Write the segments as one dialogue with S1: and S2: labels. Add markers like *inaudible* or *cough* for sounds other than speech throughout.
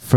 S1: for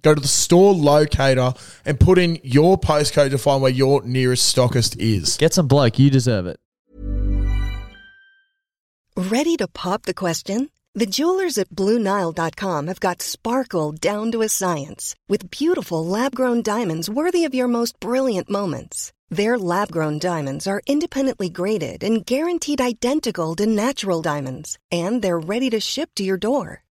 S2: go to the store locator and put in your postcode to find where your nearest stockist is.
S1: Get some bloke. You deserve it.
S3: Ready to pop the question? The jewelers at BlueNile.com have got sparkle down to a science with beautiful lab grown diamonds worthy of your most brilliant moments. Their lab grown diamonds are independently graded and guaranteed identical to natural diamonds, and they're ready to ship to your door.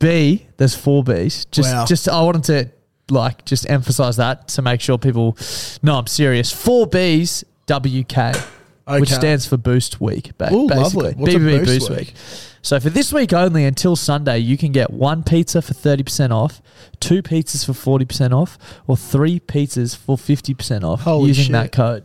S1: B, there's four B's. Just,
S2: Wow.
S1: just I wanted to like just emphasize that to make sure people know I'm serious. Four B's, WK, which
S2: Okay.
S1: stands for Boost Week. Ba-
S2: Ooh,
S1: basically,
S2: lovely. What's a
S1: BBB
S2: Boost
S1: Boost,
S2: Week?
S1: week? So for this week only, until Sunday, you can get one pizza for thirty percent off, two pizzas for forty percent off, or three pizzas for fifty percent off
S2: Holy
S1: using
S2: shit.
S1: that code.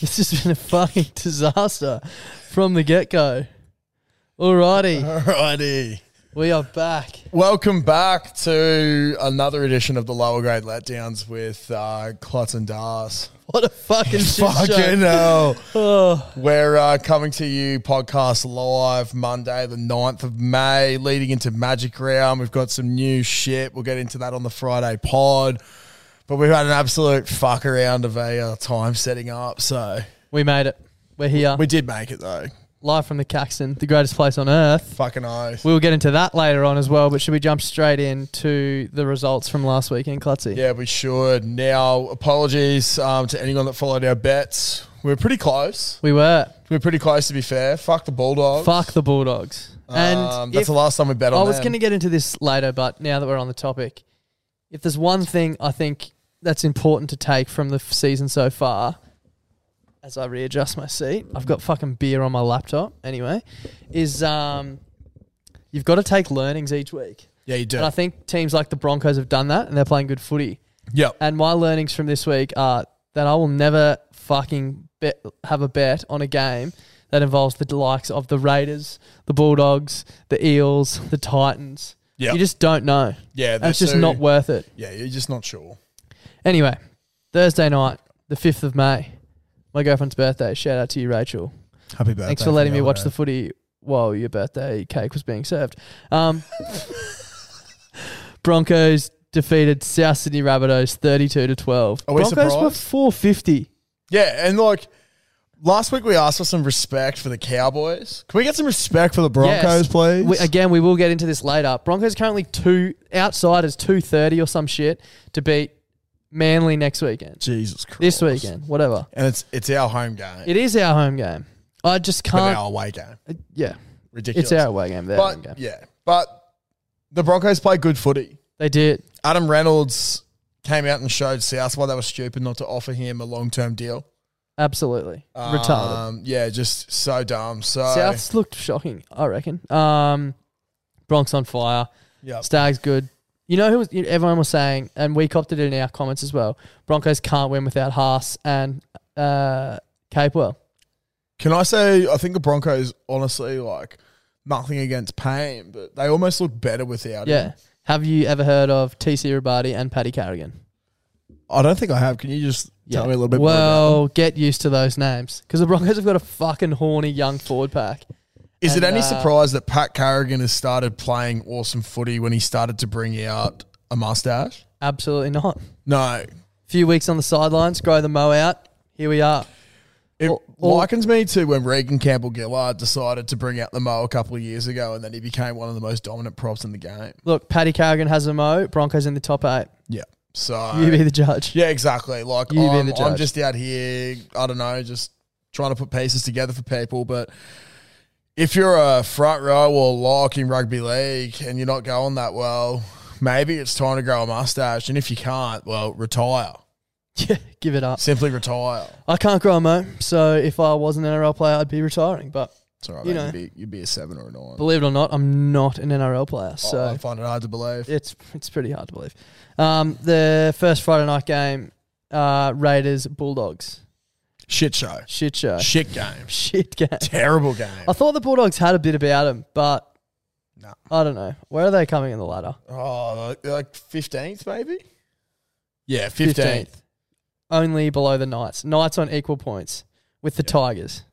S4: This has been a fucking *laughs* disaster from the get go. Alrighty,
S2: Alrighty.
S4: we are back.
S2: Welcome back to another edition of the lower grade letdowns with uh, Klotz and Dars.
S4: What a fucking shit
S2: Fucking
S4: show.
S2: hell.
S4: *laughs* Oh,
S2: We're uh, coming to you podcast live Monday, the 9th of May, leading into Magic Round. We've got some new shit. We'll get into that on the Friday pod. But we've had an absolute fuck around of a uh, time setting up. So
S4: we made it. We're here,
S2: we did make it though.
S4: live from the Caxton, the greatest place on earth.
S2: Fucking oath.
S4: We will get into that later on as well, but should we jump straight into the results from last weekend, Klutzy?
S2: Yeah, we should. Now, apologies um, to anyone that followed our bets. We were pretty close.
S4: We were.
S2: We were pretty close, to be fair. Fuck the Bulldogs.
S4: Fuck the Bulldogs. And
S2: Um, that's
S4: if-
S2: the last time we bet on
S4: I was
S2: them.
S4: going to get into this later, but now that we're on the topic, if there's one thing I think that's important to take from the f- season so far, as I readjust my seat, I've got fucking beer on my laptop anyway, is um, you've got to take learnings each week.
S2: yeah, you
S4: And I
S2: do.
S4: think teams like the Broncos have done that and they're playing good footy.
S2: Yep.
S4: And my learnings from this week are that I will never fucking bet, have a bet on a game that involves the likes of the Raiders, the Bulldogs, the Eels, the Titans.
S2: Yeah.
S4: You just don't know.
S2: yeah,
S4: And it's just
S2: so-
S4: not worth it.
S2: Yeah, you're just not sure.
S4: Anyway, Thursday night, the 5th of May, my girlfriend's birthday. Shout out to you, Rachel.
S2: Happy birthday.
S4: Thanks for letting me watch the footy while your birthday cake was being served. Um, Broncos defeated South Sydney Rabbitohs 32 to 12.
S2: Are we
S4: Broncos were
S2: surprised?
S4: 450.
S2: Yeah, and like last week we asked for some respect for the Cowboys. Can we get some respect for the Broncos,
S4: Yes.
S2: please?
S4: We, again, we will get into this later. Broncos currently two outsiders, two thirty or some shit to beat Manly next weekend.
S2: Jesus Christ.
S4: This weekend, whatever.
S2: And it's it's our home game.
S4: It is our home game. I just
S2: but
S4: can't. uh,
S2: our away game.
S4: Yeah,
S2: Ridiculous.
S4: it's our away game. Their home
S2: But
S4: game.
S2: yeah, but the Broncos play good footy.
S4: They did.
S2: Adam Reynolds came out and showed South why they were stupid not to offer him a long term deal.
S4: Absolutely. Retarded.
S2: Um, yeah, just so dumb. So
S4: Souths looked shocking, I reckon. Um, Bronx on fire.
S2: yeah,
S4: Stags good. You know who was, you- everyone was saying, and we copped it in our comments as well. Broncos can't win without Haas and uh, Capewell.
S2: Can I say I think the Broncos honestly like nothing against Payne, but they almost look better without him.
S4: Yeah. Have you ever heard of TC Rabadi and Paddy Carrigan?
S2: I don't think I have. Can you just tell
S4: Yeah.
S2: me a little bit
S4: Well,
S2: more about them?
S4: get used to those names because the Broncos have got a fucking horny young forward pack.
S2: Is it
S4: and,
S2: any
S4: uh,
S2: surprise that Pat Carrigan has started playing awesome footy when he started to bring out a mustache?
S4: Absolutely not.
S2: No.
S4: Few weeks on the sidelines, grow the mo out. Here we are.
S2: It
S4: Well- well-
S2: likens me to when Regan Campbell Gillard decided to bring out the Mo a couple of years ago and then he became one of the most dominant props in the game.
S4: Look, Paddy Carrigan has a mo. Broncos in the top eight.
S2: Yeah. So
S4: *laughs* You be the judge.
S2: Yeah, exactly. Like
S4: You be
S2: I'm,
S4: the
S2: I'm
S4: judge.
S2: just out here, I don't know, just trying to put pieces together for people. But if you're a front row or lock in rugby league and you're not going that well, maybe it's time to grow a mustache. And if you can't, well, retire.
S4: *laughs* Yeah, give it up.
S2: Simply retire.
S4: I can't grow a mo, so if I was an NRL player, I'd be retiring. But
S2: It's all right,
S4: You
S2: mate.
S4: know.
S2: You'd, be, you'd be a seven or a nine.
S4: believe it or not, I'm not an NRL player,
S2: Oh,
S4: so
S2: I find it hard to believe.
S4: it's it's pretty hard to believe. Um, the first Friday night game, uh, Raiders Bulldogs
S2: Shit show.
S4: shit show
S2: Shit game.
S4: *laughs* shit game.
S2: Terrible game.
S4: I thought the Bulldogs had a bit about them, but
S2: Nah.
S4: I don't know where are they coming in the ladder.
S2: Oh, like fifteenth, maybe. Yeah, fifteenth.
S4: only below the Knights. Knights on equal points with the Tigers,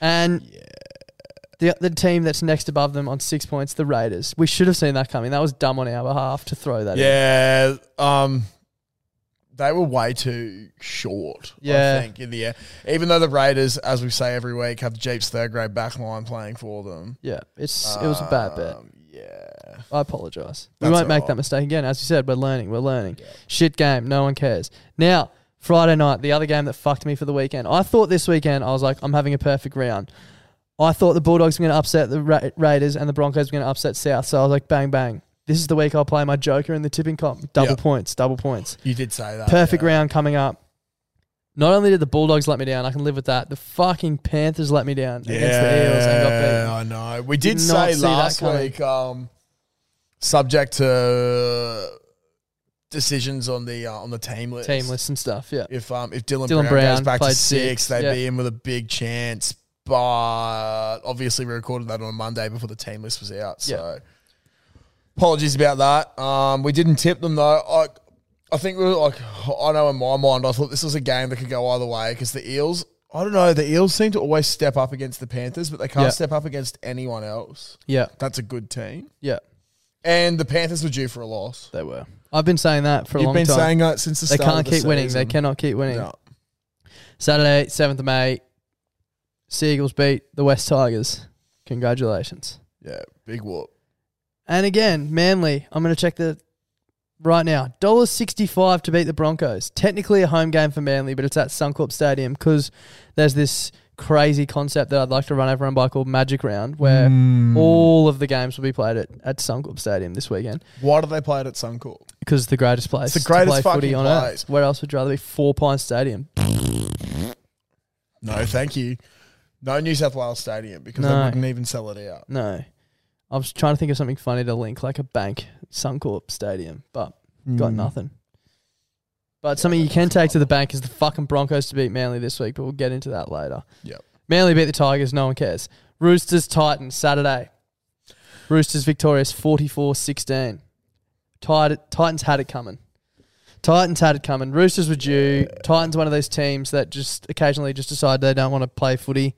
S4: and
S2: Yeah.
S4: the the team that's next above them on six points, the Raiders. We should have seen that coming. That was dumb on our behalf to throw that. in.
S2: Yeah, um, they were way too short. I
S4: Yeah.
S2: think in the air, even though the Raiders, as we say every week, have the Jeeps' third grade back line playing for them.
S4: yeah. It's it was a bad bet.
S2: Um, Yeah,
S4: I apologize. We
S2: That's
S4: won't make
S2: alright.
S4: that mistake again. As you said, we're learning. We're learning. Shit game. No one cares. Now, Friday night, the other game that fucked me for the weekend. I thought this weekend, I was like, I'm having a perfect round. I thought the Bulldogs were going to upset the Ra- Raiders and the Broncos were going to upset South. So I was like, bang, bang. This is the week I'll play my Joker in the tipping comp. Double
S2: Yeah.
S4: points, double points.
S2: you did say that.
S4: Perfect
S2: yeah.
S4: round coming up. Not only did the Bulldogs let me down, I can live with that. The fucking Panthers let me down against the Eels and got beaten.
S2: Yeah, I know. We did,
S4: Did not
S2: say
S4: see that
S2: last
S4: coming.
S2: week, um, subject to decisions on the uh, on the team list.
S4: Teamless and stuff, yeah.
S2: If um if Dylan, Brown,
S4: Dylan Brown
S2: goes back to
S4: played
S2: six,
S4: six,
S2: they'd
S4: yeah.
S2: be in with a big chance. But obviously, we recorded that on a Monday before the team list was out. So apologies about that. Um, we didn't tip them though. I I think we were like I know in my mind I thought this was a game that could go either way because the Eels. I don't know. The Eels seem to always step up against the Panthers, but they can't
S4: Yeah.
S2: step up against anyone else.
S4: Yeah,
S2: That's a good team.
S4: yeah.
S2: And the Panthers were due for a loss.
S4: They were. I've been saying that for a
S2: You've
S4: long
S2: been
S4: time.
S2: saying that since the
S4: they
S2: start. of
S4: can't
S2: the
S4: keep winning. They
S2: season.
S4: cannot keep winning.
S2: No.
S4: Saturday, seventh of May, Seagulls beat the West Tigers. Congratulations.
S2: Yeah, big whoop.
S4: And again, Manly. I'm going to check the right now. Dollar sixty-five to beat the Broncos. Technically a home game for Manly, but it's at Suncorp Stadium because there's this crazy concept that I'd like to run everyone by called Magic Round, where
S2: Hmm.
S4: all of the games will be played at, at Suncorp Stadium this weekend
S2: Why do they play it at Suncorp?
S4: because it's the greatest place.
S2: the greatest
S4: to play footy
S2: fucking
S4: on
S2: place.
S4: earth. Where else would you rather be? Four Pine Stadium.
S2: No, thank you. No New South Wales Stadium because they
S4: No.
S2: wouldn't even sell it out.
S4: No. I was trying to think of something funny to link, like a bank, Suncorp Stadium, but got
S2: Mm.
S4: nothing. But something you can take to the bank is the fucking Broncos to beat Manly this week, but we'll get into that later.
S2: Yep.
S4: Manly beat the Tigers, no one cares. Roosters Titans, Saturday. Roosters victorious 44 16. Titans had it coming. Titans had it coming. Roosters were due. Titans, one of those teams that just occasionally just decide they don't want to play footy.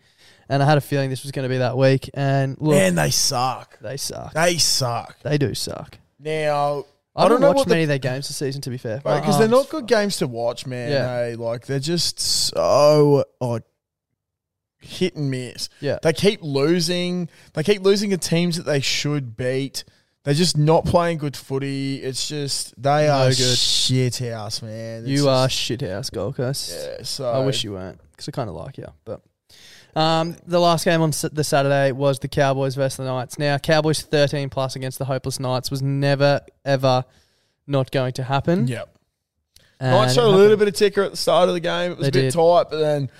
S4: And I had a feeling this was going to be that week. And look,
S2: Man, they suck.
S4: they suck.
S2: They suck.
S4: They do suck.
S2: Now
S4: I, don't,
S2: know
S4: watch
S2: what *laughs*
S4: many of their games this season, to be fair. My
S2: because they're not
S4: arms-
S2: good games to watch, man.
S4: Yeah.
S2: Hey, like they're just so like hit and miss.
S4: Yeah.
S2: They keep losing. They keep losing to teams that they should beat. They're just not playing good footy. It's just they
S4: No
S2: are
S4: good.
S2: shit house, man. It's
S4: You
S2: just-
S4: are shithouse Gold Coast.
S2: Yeah, so
S4: I wish you weren't because I kind of like you. But um, the last game on s- the Saturday was the Cowboys versus the Knights. Now Cowboys thirteen plus against the hopeless Knights was never ever not going to happen.
S2: Yep.
S4: And
S2: Knights
S4: it
S2: showed a little
S4: happened.
S2: bit of ticker at the start of the game. It was
S4: They
S2: a bit
S4: did.
S2: tight, but then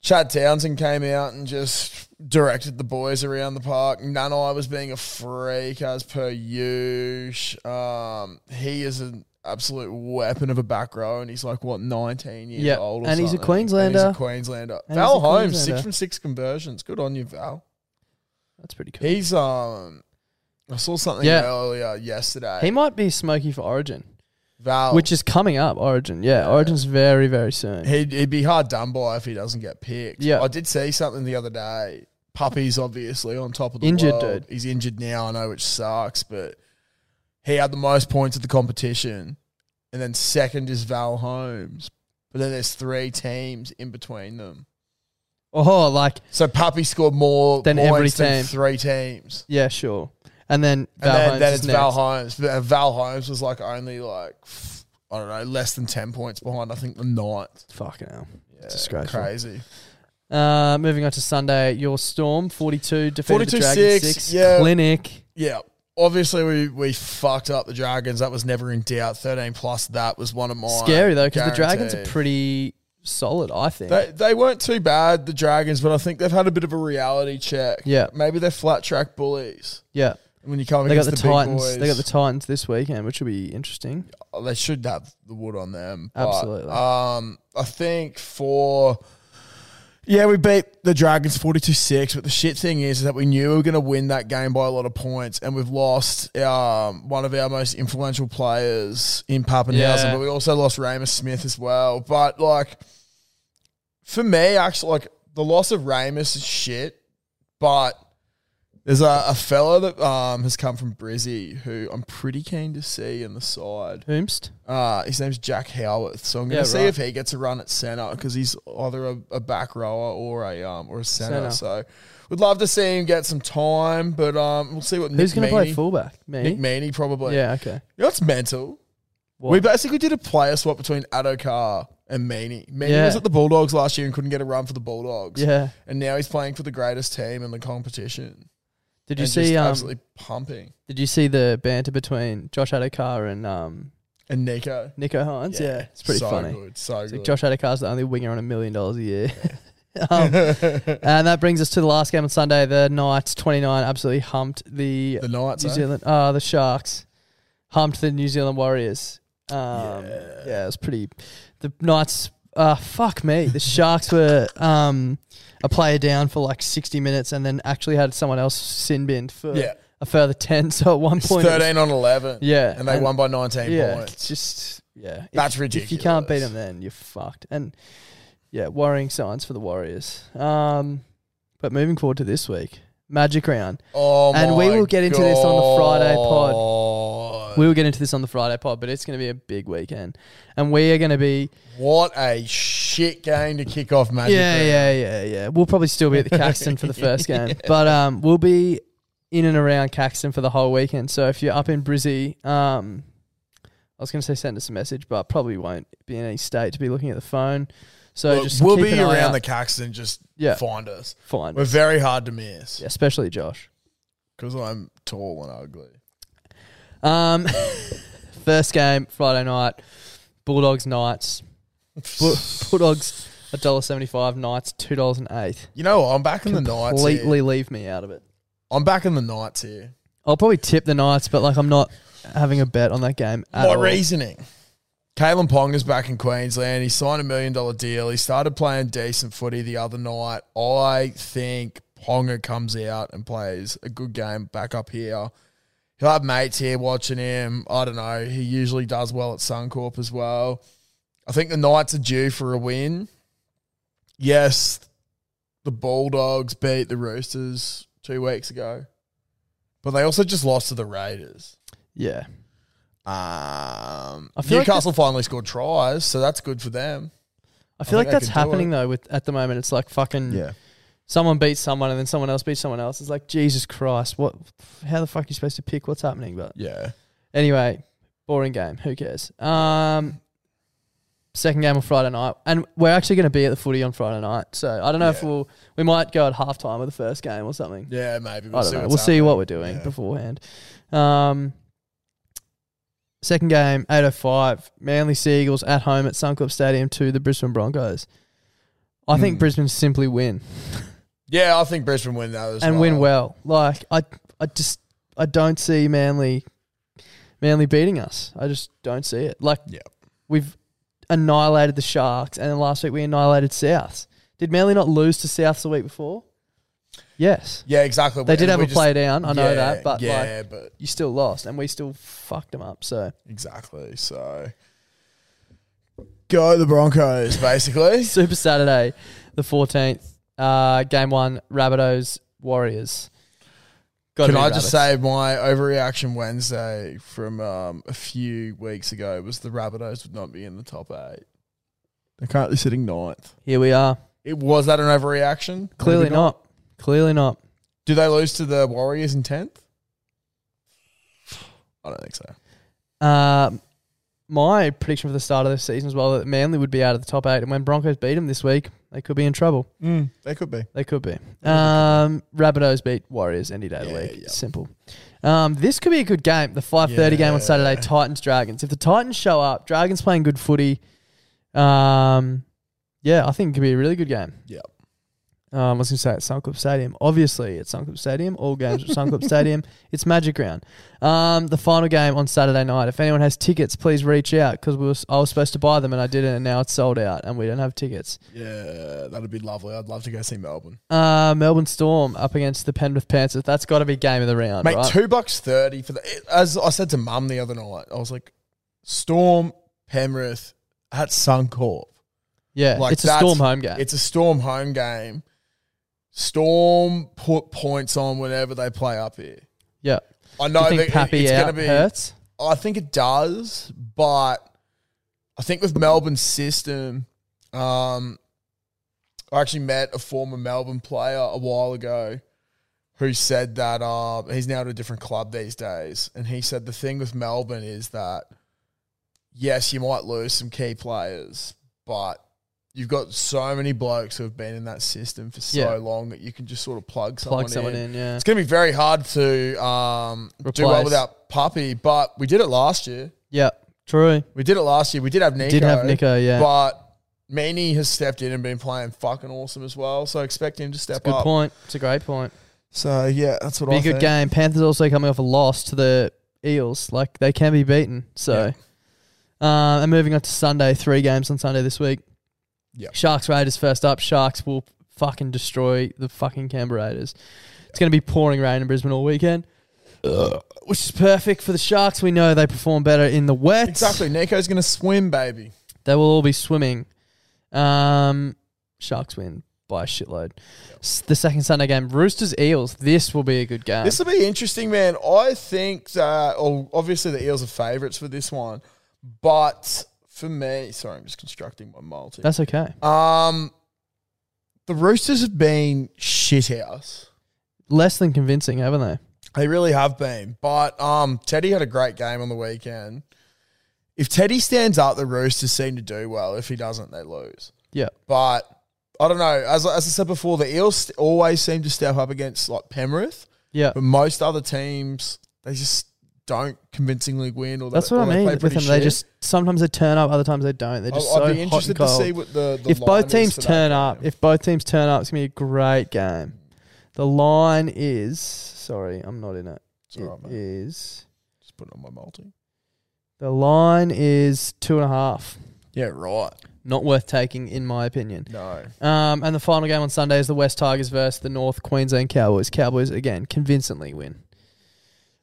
S2: Chad Townsend came out and just directed the boys around the park. Nanai was being a freak as per usual. Um, he is an absolute weapon of a back row, and he's like what nineteen years
S4: Yep,
S2: old, or
S4: and he's a
S2: something. And he's
S4: Queenslander.
S2: a Queenslander.
S4: And
S2: Val
S4: he's a
S2: Holmes,
S4: Queenslander.
S2: six from six conversions. Good on you, Val.
S4: That's pretty cool.
S2: He's um, I saw something
S4: Yeah.
S2: earlier yesterday.
S4: He might be smoky for Origin,
S2: Val,
S4: which is coming up. Origin, yeah, Origin's very very soon.
S2: He'd, he'd be hard done by if he doesn't get picked.
S4: Yeah.
S2: I did see something the other day. Puppy's obviously on top of the
S4: Injured
S2: world.
S4: dude.
S2: He's injured now, I know, which sucks, but he had the most points of the competition. And then second is Val Holmes. But then there's three teams in between them.
S4: oh, like
S2: So Puppy scored more
S4: Than every
S2: points than
S4: team.
S2: three teams.
S4: yeah, sure. And then Val
S2: And then,
S4: Holmes
S2: then
S4: is
S2: it's Val
S4: next.
S2: Holmes. But, uh, Val Holmes was like only like, f- I don't know, less than 10 points behind, I think, the ninth.
S4: Fucking hell.
S2: Yeah,
S4: Disgraceful.
S2: Crazy.
S4: Uh, moving on to Sunday, your Storm 42 defeated
S2: 42-6,
S4: the Dragons 6.
S2: yeah.
S4: Clinic.
S2: Yeah. Obviously, we, we fucked up the Dragons. That was never in doubt. 13 plus, that was one of mine.
S4: Scary though, because the Dragons are
S2: Guaranteed.
S4: pretty solid, I think.
S2: They, they weren't too bad, the Dragons, but I think they've had a bit of a reality check.
S4: Yeah.
S2: Maybe they're flat track bullies.
S4: yeah,
S2: When you come
S4: they got
S2: against the,
S4: the,
S2: big
S4: Titans.
S2: boys,
S4: They got the Titans this weekend, which will be interesting.
S2: uh, they should have the wood on them. but,
S4: Absolutely.
S2: um, I think for yeah, we beat the Dragons forty two six. But the shit thing is, is that we knew we were going to win that game by a lot of points, and we've lost um, one of our most influential players in Pappenhausen.
S4: Yeah.
S2: But we also lost Ramus Smith as well. But like for me, actually, like the loss of Ramus is shit, but. There's a, a fella that um, has come from Brizzy who I'm pretty keen to see in the side.
S4: Whomst?
S2: Uh, his name's Jack Howarth. So I'm going
S4: Yeah,
S2: to see
S4: right.
S2: if he gets a run at center because he's either a, a back rower or a um or a center.
S4: Centre.
S2: So we'd love to see him get some time, but um, we'll see what Nick
S4: Who's going to play
S2: Meaney-
S4: fullback? Me.
S2: Nick Meaney probably.
S4: Yeah, okay.
S2: you know what's mental?
S4: What?
S2: We basically did a player swap between Adokar and Meaney. Meaney
S4: Yeah.
S2: was at the Bulldogs last year and couldn't get a run for the Bulldogs.
S4: yeah.
S2: and now he's playing for the greatest team in the competition.
S4: Did you
S2: and
S4: see
S2: just
S4: um,
S2: absolutely pumping?
S4: Did you see the banter between Josh Adokar and um,
S2: And Nico,
S4: Nico Hines? Yeah, it's pretty
S2: so
S4: funny.
S2: Good, so
S4: It's like
S2: good.
S4: Josh Adekar's the only winger on a million dollars a year. *laughs*
S2: *laughs*
S4: um, and that brings us to the last game on Sunday. The Knights 29 absolutely humped the,
S2: the Knights.
S4: New
S2: eh?
S4: Zealand, uh, the Sharks humped the New Zealand Warriors. Um, yeah.
S2: Yeah.
S4: it was pretty. The Knights, uh, fuck me. The Sharks were um, a player down for like 60 minutes and then actually had someone else sin binned for
S2: Yeah.
S4: a further 10. So at one
S2: It's
S4: point, it was-
S2: 13 on 11.
S4: Yeah,
S2: And they
S4: and-
S2: won by 19
S4: yeah, it's
S2: points.
S4: just yeah. If-
S2: That's
S4: If you can't beat
S2: ridiculous.
S4: them, then you're fucked. And yeah, worrying signs for the Warriors. Um, but moving forward to this week, Magic round.
S2: Oh,
S4: and we
S2: my
S4: will get into this on the Friday pod.
S2: God.
S4: We will get into this on the Friday pod, but it's going to be a big weekend, and we are going to be
S2: What a shit game to kick off Magic.
S4: yeah,
S2: Round.
S4: yeah, yeah, yeah. We'll probably still be at the Caxton for the
S2: *laughs*
S4: first game, but um, we'll be in and around Caxton for the whole weekend. So if you're up in Brizzy, um, I was going to say send us a message, but probably won't be in any state to be looking at the phone. So
S2: Look,
S4: just
S2: we'll
S4: keep
S2: be
S4: an eye
S2: around the
S4: out.
S2: Caxton. Just
S4: Yeah.
S2: find us.
S4: fine,
S2: We're very hard to miss
S4: Yeah, especially Josh.
S2: because I'm tall and ugly.
S4: Um, *laughs* first game Friday night, Bulldogs Knights, Bu- Bulldogs a dollar seventy five, Knights two dollars and eight.
S2: You know, what? I'm back in the Knights.
S4: Completely
S2: Here.
S4: leave me out of it.
S2: I'm back in the Knights here.
S4: I'll probably tip the Knights, but like I'm not having a bet on that game at
S2: My
S4: all.
S2: reasoning. Kalen Pong is back in Queensland. He signed a million dollar deal. He started playing decent footy the other night. I think Ponga comes out and plays a good game back up here. He'll have mates here watching him. I don't know. He usually does well at Suncorp as well. I think the Knights are due for a win. Yes, the Bulldogs beat the Roosters two weeks ago, but they also just lost to the Raiders.
S4: Yeah,
S2: Um,
S4: I feel like
S2: Newcastle finally scored tries, so that's good for them.
S4: I feel
S2: I think
S4: like
S2: they
S4: that's
S2: can do
S4: happening
S2: it.
S4: Mm. though. With at the moment, it's like fucking someone beats someone and then someone else beats someone else. It's like Jesus Christ, what? How the fuck are you supposed to pick what's happening? But
S2: Yeah.
S4: anyway, boring game. Who cares? Um, second game on Friday night, and we're actually going to be at the footy on Friday night. So I don't know if
S2: Yeah.
S4: we'll we might go at halftime of the first game or something.
S2: Yeah, maybe.
S4: I don't know. We'll see what we're doing beforehand. Um, second game, 8.05, Manly Seagulls at home at Suncorp Stadium to the Brisbane Broncos. I think
S2: Hmm.
S4: Brisbane simply win
S2: Yeah, I think Brisbane win that as
S4: and win
S2: well.
S4: well. Like I, I just I don't see Manly, Manly beating us. I just don't see it. Like
S2: Yeah.
S4: we've annihilated the Sharks, and then last week we annihilated Souths. Did Manly not lose to Souths the week before? Yes,
S2: Yeah, exactly.
S4: they did
S2: And
S4: have
S2: we
S4: a
S2: just-
S4: play down. I know
S2: Yeah,
S4: that, but like
S2: yeah, but
S4: you still lost, and we still fucked them up. So *laughs*
S2: exactly. So go the Broncos,
S4: *laughs*
S2: basically.
S4: Super Saturday, the fourteenth, uh, game one, Rabbitohs Warriors. Gotta
S2: Can
S4: be
S2: I just
S4: Rabbits.
S2: say my overreaction Wednesday from um, a few weeks ago was the Rabbitohs would not be in the top eight. They're currently sitting ninth.
S4: here we are?
S2: It was that an overreaction?
S4: Clearly
S2: Maybe
S4: not. Clearly not.
S2: Do they lose to the Warriors in tenth? I don't think so.
S4: Uh, my prediction for the start of the season as well that Manly would be out of the top eight, and when Broncos beat them this week, they could be in trouble.
S2: They could be.
S4: They could be. Um, Rabbitohs beat Warriors any day of the
S2: Yeah,
S4: week.
S2: yeah.
S4: Simple. Um, this could be a good game. The five thirty game on Saturday.
S2: Yeah.
S4: Titans Dragons. If the Titans show up, Dragons playing good footy. Um, yeah, I think it could be a really good game.
S2: Yep.
S4: Um, I was going to say at Suncorp Stadium. Obviously, at Suncorp Stadium, all games at Suncorp Stadium. It's Magic Round. Um, the final game on Saturday night. If anyone has tickets, please reach out because we was, I was supposed to buy them and I didn't, and now it's sold out and we don't have tickets.
S2: Yeah, that'd be lovely. I'd love to go see Melbourne.
S4: Uh, Melbourne Storm up against the Penrith Panthers. That's got to be game of the round,
S2: Mate,
S4: right?
S2: two bucks thirty for the. it- As I said to Mum the other night, I was like, Storm Penrith at Suncorp.
S4: yeah,
S2: Like
S4: it's a
S2: that's-
S4: Storm home game.
S2: It's a Storm home game. Storm put points on whenever they play up here.
S4: yeah.
S2: I
S4: Do
S2: know
S4: you think
S2: that it-
S4: Pappy
S2: it's
S4: out
S2: going to be.
S4: hurts?
S2: I think it does, but I think with Melbourne's system, um, I actually met a former Melbourne player a while ago who said that uh, he's now at a different club these days. And he said the thing with Melbourne is that, yes, you might lose some key players, but you've got so many blokes who have been in that system for so
S4: Yeah.
S2: long that you can just sort of plug someone,
S4: Plug someone
S2: in.
S4: in, yeah.
S2: It's going to be very hard to um, do well
S4: Replace.
S2: without Puppy, but we did it last year.
S4: Yeah, true.
S2: We did it last year. We did have Nico.
S4: Did have Nico, yeah.
S2: But Meany has stepped in and been playing fucking awesome as well. So I expect him to step
S4: Good
S2: up.
S4: point. It's a great point.
S2: So yeah, that's what
S4: Be
S2: I
S4: a good
S2: think.
S4: game. Panthers also coming off a loss to the Eels. Like, they can be beaten. So, uh, and moving on to Sunday, three games on Sunday this week.
S2: Yeah.
S4: Sharks Raiders first up. Sharks will fucking destroy the fucking Canberra Raiders. It's going to be pouring rain in Brisbane all weekend, which is perfect for the Sharks. We know they perform better in the wet.
S2: Exactly. Nico's going to swim, baby.
S4: They will all be swimming. Um, Sharks win by a shitload. S- The second Sunday game, Roosters Eels. This will be a good game.
S2: This will be interesting, man. I think that, oh, obviously the Eels are favourites for this one, but for me, sorry, I'm just constructing my multi.
S4: That's okay.
S2: Um, the Roosters have been shit house.
S4: Less than convincing, haven't they?
S2: They really have been. But um, Teddy had a great game on the weekend. If Teddy stands up, the Roosters seem to do well. If he doesn't, they lose.
S4: Yeah.
S2: But I don't know. As, as I said before, the Eels st- always seem to step up against like Penrith,
S4: Yeah.
S2: but most other teams they just don't convincingly win. Or they-
S4: That's what
S2: or
S4: I
S2: they
S4: mean
S2: play
S4: with them.
S2: pretty
S4: They
S2: shit.
S4: just sometimes they turn up, other times they don't. They're
S2: I'd,
S4: just
S2: I'd
S4: so
S2: be interested
S4: hot and cold.
S2: to see what the, the
S4: if
S2: line
S4: both
S2: is
S4: teams
S2: for that
S4: turn
S2: game.
S4: up, if both teams turn up, it's gonna be a great game. The line is sorry, I'm not in it.
S2: It's
S4: It
S2: alright, mate.
S4: is
S2: just put it on my multi.
S4: the line is two and a half.
S2: Yeah, right.
S4: Not worth taking, in my opinion.
S2: No,
S4: Um, and the final game on Sunday is the West Tigers versus the North Queensland Cowboys. Cowboys again convincingly win.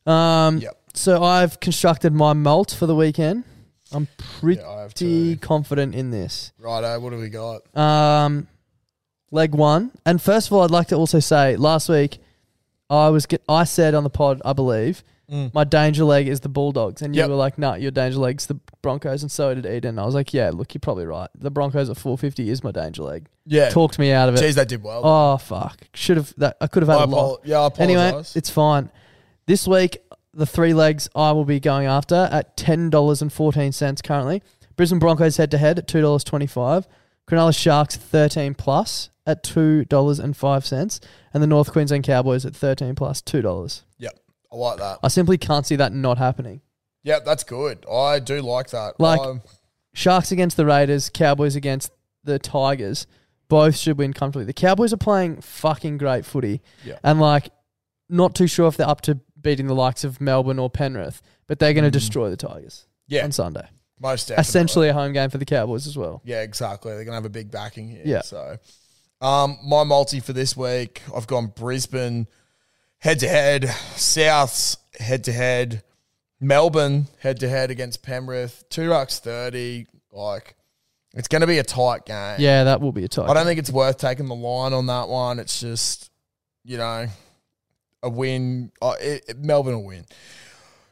S4: Um,
S2: Yep.
S4: So I've constructed my malt for the weekend. I'm pretty
S2: yeah, I have two.
S4: confident in this.
S2: Righto, what do we got?
S4: Um, leg one, and first of all, I'd like to also say last week I was get, I said on the pod I believe My danger leg is the Bulldogs, and
S2: Mm. Yep.
S4: you were like, "Nah, your danger leg's the Broncos," and so did Eden. I was like, "Yeah, look, you're probably right. The Broncos at 450 is my danger leg."
S2: Yeah.
S4: Talked me out of it.
S2: Jeez, they did well.
S4: Oh fuck! Should have that. I could have had
S2: I
S4: a lot.
S2: apo- yeah, I
S4: Anyway,
S2: apologise.
S4: it's fine. This week, the three legs I will be going after at ten dollars and fourteen cents currently. Brisbane Broncos head to head at two dollars twenty five. Cronulla Sharks thirteen plus at two dollars and five cents, and the North Queensland Cowboys at thirteen plus two dollars.
S2: Yep. I like that.
S4: I simply can't see that not happening.
S2: Yep, that's good. I do like that. Um,
S4: Like-
S2: I'm-
S4: Sharks against the Raiders, Cowboys against the Tigers. Both should win comfortably. The Cowboys are playing fucking great footy.
S2: Yeah.
S4: And like not too sure if they're up to beating the likes of Melbourne or Penrith, but they're going to destroy the Tigers
S2: Mm. yeah,
S4: on Sunday.
S2: most definitely.
S4: Essentially a home game for the Cowboys as well.
S2: Yeah, exactly. They're gonna have a big backing here.
S4: Yeah.
S2: So, um, my multi for this week, I've gone Brisbane head to head, Souths head to head, Melbourne head to head against Penrith, two bucks thirty. Like, it's gonna be a tight game.
S4: Yeah, that will be a tie.
S2: I don't think it's worth taking the line on that one. It's just, you know, a win. Uh, it, it- Melbourne will win.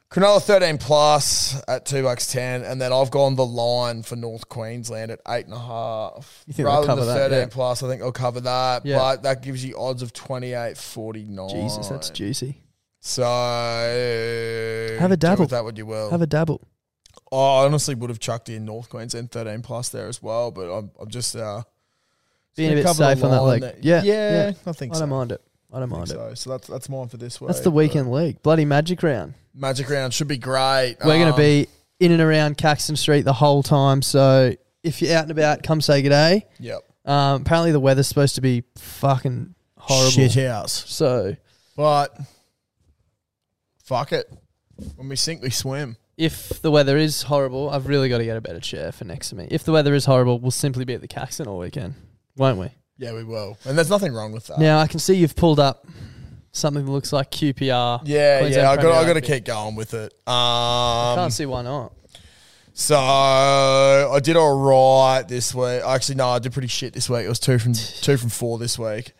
S2: Cronulla 13 plus at two bucks 10. And then I've gone the line for North Queensland at eight and a half.
S4: You think
S2: Rather
S4: they'll
S2: than the
S4: cover that,
S2: 13
S4: yeah.
S2: plus, I think I'll cover that.
S4: Yeah.
S2: But that gives you odds of 28.49.
S4: Jesus, that's juicy.
S2: So.
S4: Have a
S2: do
S4: dabble.
S2: with that what you will.
S4: Have a dabble.
S2: I honestly would have chucked in North Queensland 13 plus there as well. But I'm, I'm just. Uh,
S4: Being a
S2: gonna
S4: bit
S2: cover the
S4: safe on that
S2: line
S4: leg. yeah,
S2: yeah, I
S4: I
S2: think
S4: don't
S2: so.
S4: mind it. I don't mind it.
S2: so. So that's that's mine for this week.
S4: That's the weekend league. Bloody magic round.
S2: But Magic round should be great.
S4: We're going
S2: Um,
S4: to be in and around Caxton Street the whole time. So if you're out and about, come say good day.
S2: yep.
S4: Um, apparently the weather's supposed to be fucking horrible.
S2: house.
S4: So
S2: But fuck it. When we sink, we swim.
S4: if the weather is horrible, I've really got to get a better chair for next to me. If the weather is horrible, we'll simply be at the Caxton all weekend, won't we?
S2: Yeah, we will. And there's nothing wrong with that.
S4: now I can see you've pulled up something that looks like QPR.
S2: Yeah,
S4: Queensland
S2: yeah. I got
S4: Premier
S2: I got to
S4: Rugby.
S2: keep going with it.
S4: Can't
S2: Um,
S4: see why not.
S2: so uh, I did all right this week. Actually, no, I did pretty shit this week. It was two from two from four this week.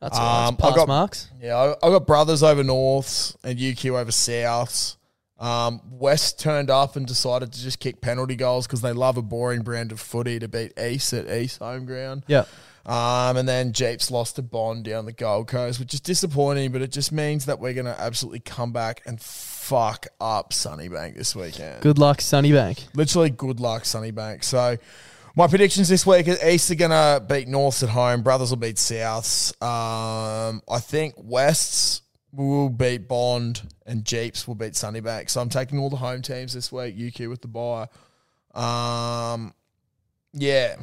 S4: That's all right.
S2: um,
S4: It's Pass
S2: I got-
S4: marks.
S2: Yeah, I, I got brothers over norths and UQ over souths. Um, West turned up and decided to just kick penalty goals because they love a boring brand of footy to beat East at East home ground.
S4: Yeah.
S2: Um, and then Jeeps lost to Bond down the Gold Coast, which is disappointing, but it just means that we're going to absolutely come back and fuck up Sunnybank this weekend.
S4: Good luck, Sunnybank.
S2: Literally, good luck, Sunnybank. So, my predictions this week is East are going to beat Norths at home. Brothers will beat Souths. Um, I think Wests will beat Bond and Jeeps will beat Sunnybank. So, I'm taking all the home teams this week. UQ with the bye. Um, yeah.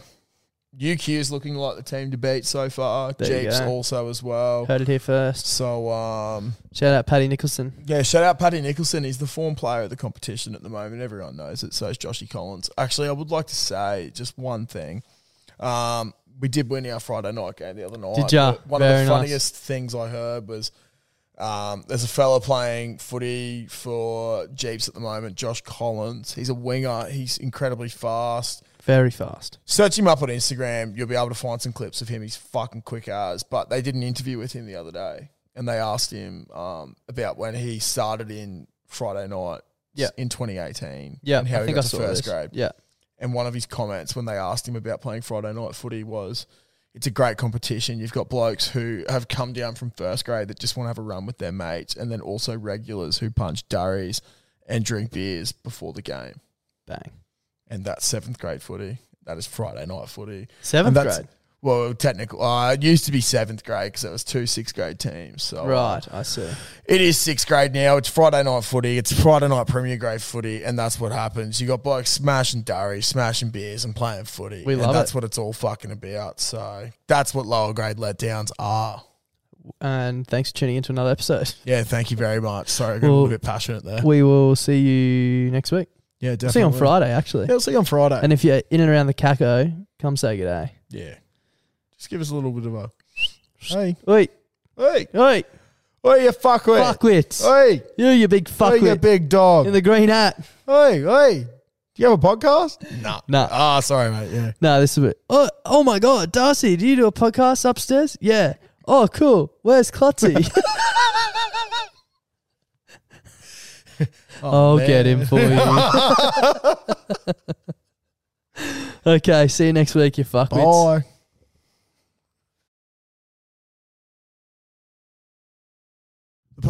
S2: UQ is looking like the team to beat so far.
S4: There you
S2: Jeeps
S4: go.
S2: also as well.
S4: Heard it here first.
S2: So, um,
S4: Shout out Paddy Nicholson.
S2: yeah, shout out Paddy Nicholson. He's the form player at the competition at the moment. Everyone knows it. So is Joshy Collins. Actually, I would like to say just one thing. Um, we did win our Friday night game the other night.
S4: Did ya?
S2: One
S4: Very
S2: of the
S4: nice.
S2: funniest things I heard was um, there's a fella playing footy for Jeeps at the moment, Josh Collins. He's a winger. He's incredibly fast.
S4: Very fast.
S2: Search him up on Instagram. You'll be able to find some clips of him. He's fucking quick as. But they did an interview with him the other day, and they asked him um, about when he started in Friday Night
S4: Yeah.
S2: in 2018.
S4: Yeah,
S2: and how
S4: I
S2: he
S4: think I
S2: got
S4: saw
S2: to first
S4: this.
S2: grade.
S4: Yeah.
S2: And one of his comments when they asked him about playing Friday Night footy was, "It's a great competition. You've got blokes who have come down from first grade that just want to have a run with their mates, and then also regulars who punch durries and drink beers before the game."
S4: Bang.
S2: And that's seventh grade footy. That is Friday night footy.
S4: Seventh
S2: And that's-
S4: grade.
S2: Well, technical. Uh, it used to be seventh grade because it was two sixth grade teams. So uh,
S4: Right, I see.
S2: it is sixth grade now. It's Friday night footy. It's Friday night premier grade footy, and that's what happens. You got blokes smashing durry, smashing beers, and playing footy.
S4: We
S2: and
S4: love
S2: That's
S4: it.
S2: what it's all fucking about. So that's what lower grade letdowns are.
S4: And thanks for tuning into another episode.
S2: Yeah. Thank you very much. Sorry, I got a
S4: Well,
S2: little bit passionate there.
S4: *laughs* We will see you next week.
S2: yeah, definitely.
S4: See you on Friday, actually.
S2: Yeah, I'll see you on Friday.
S4: And if you're in and around the Caco, come say good day.
S2: yeah. Just give us a little bit of a. Hey,
S4: Oi,
S2: hey,
S4: oi,
S2: hey, you fuckwit.
S4: fuckwits.
S2: Hey,
S4: You, you big
S2: hey, you
S4: fuckwit.
S2: big dog.
S4: in the green hat.
S2: Hey, hey, do you have a podcast? No.
S4: Nah.
S2: Ah, sorry, mate. Yeah.
S4: No, this is a bit. Oh, oh my God, Darcy, do you do a podcast upstairs? Yeah.
S2: *laughs*
S4: *laughs* Oh, cool. Where's Clutzy?
S5: I'll
S2: man.
S5: get him for
S2: *laughs*
S4: *laughs*
S5: you. okay, see you next week, you fuckwits.
S2: Bye. The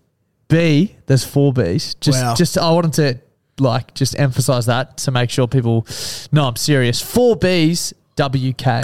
S4: B. There's four Bs. Just,
S2: Wow.
S4: just I wanted to like just emphasize that to make sure people know I'm serious. Four Bs. WK,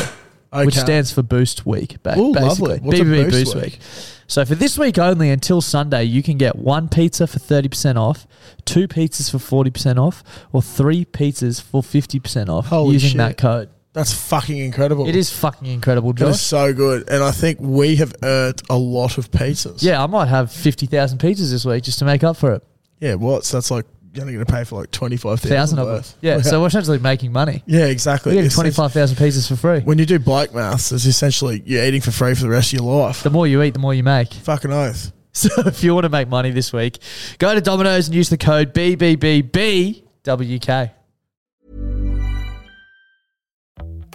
S4: which
S2: Okay.
S4: stands for Boost Week. Ba-
S2: Ooh,
S4: basically,
S2: lovely. What's a
S4: BBB
S2: Boost
S4: Boost,
S2: Week?
S4: week? So for this week only, until Sunday, you can get one pizza for thirty percent off, two pizzas for forty percent off, or three pizzas for fifty percent off
S2: Holy
S4: using
S2: shit.
S4: that code.
S2: That's fucking incredible.
S4: It is fucking incredible,
S2: That is
S4: Josh.
S2: so good. And I think we have earned a lot of pizzas.
S4: Yeah, I might have fifty thousand pizzas this week just to make up for it.
S2: Yeah, what's that's like you're only gonna pay for like twenty five
S4: thousand
S2: thousand
S4: of them. Yeah,
S2: *laughs*
S4: so we're essentially making money.
S2: Yeah, exactly.
S4: We're getting
S2: It's-
S4: twenty five thousand pieces for free.
S2: When you do bike maths, it's essentially you're eating for free for the rest of your life.
S4: The more you eat, the more you make.
S2: Fucking oath.
S4: So *laughs* if you want to make money this week, go to Domino's and use the code BBBBWK.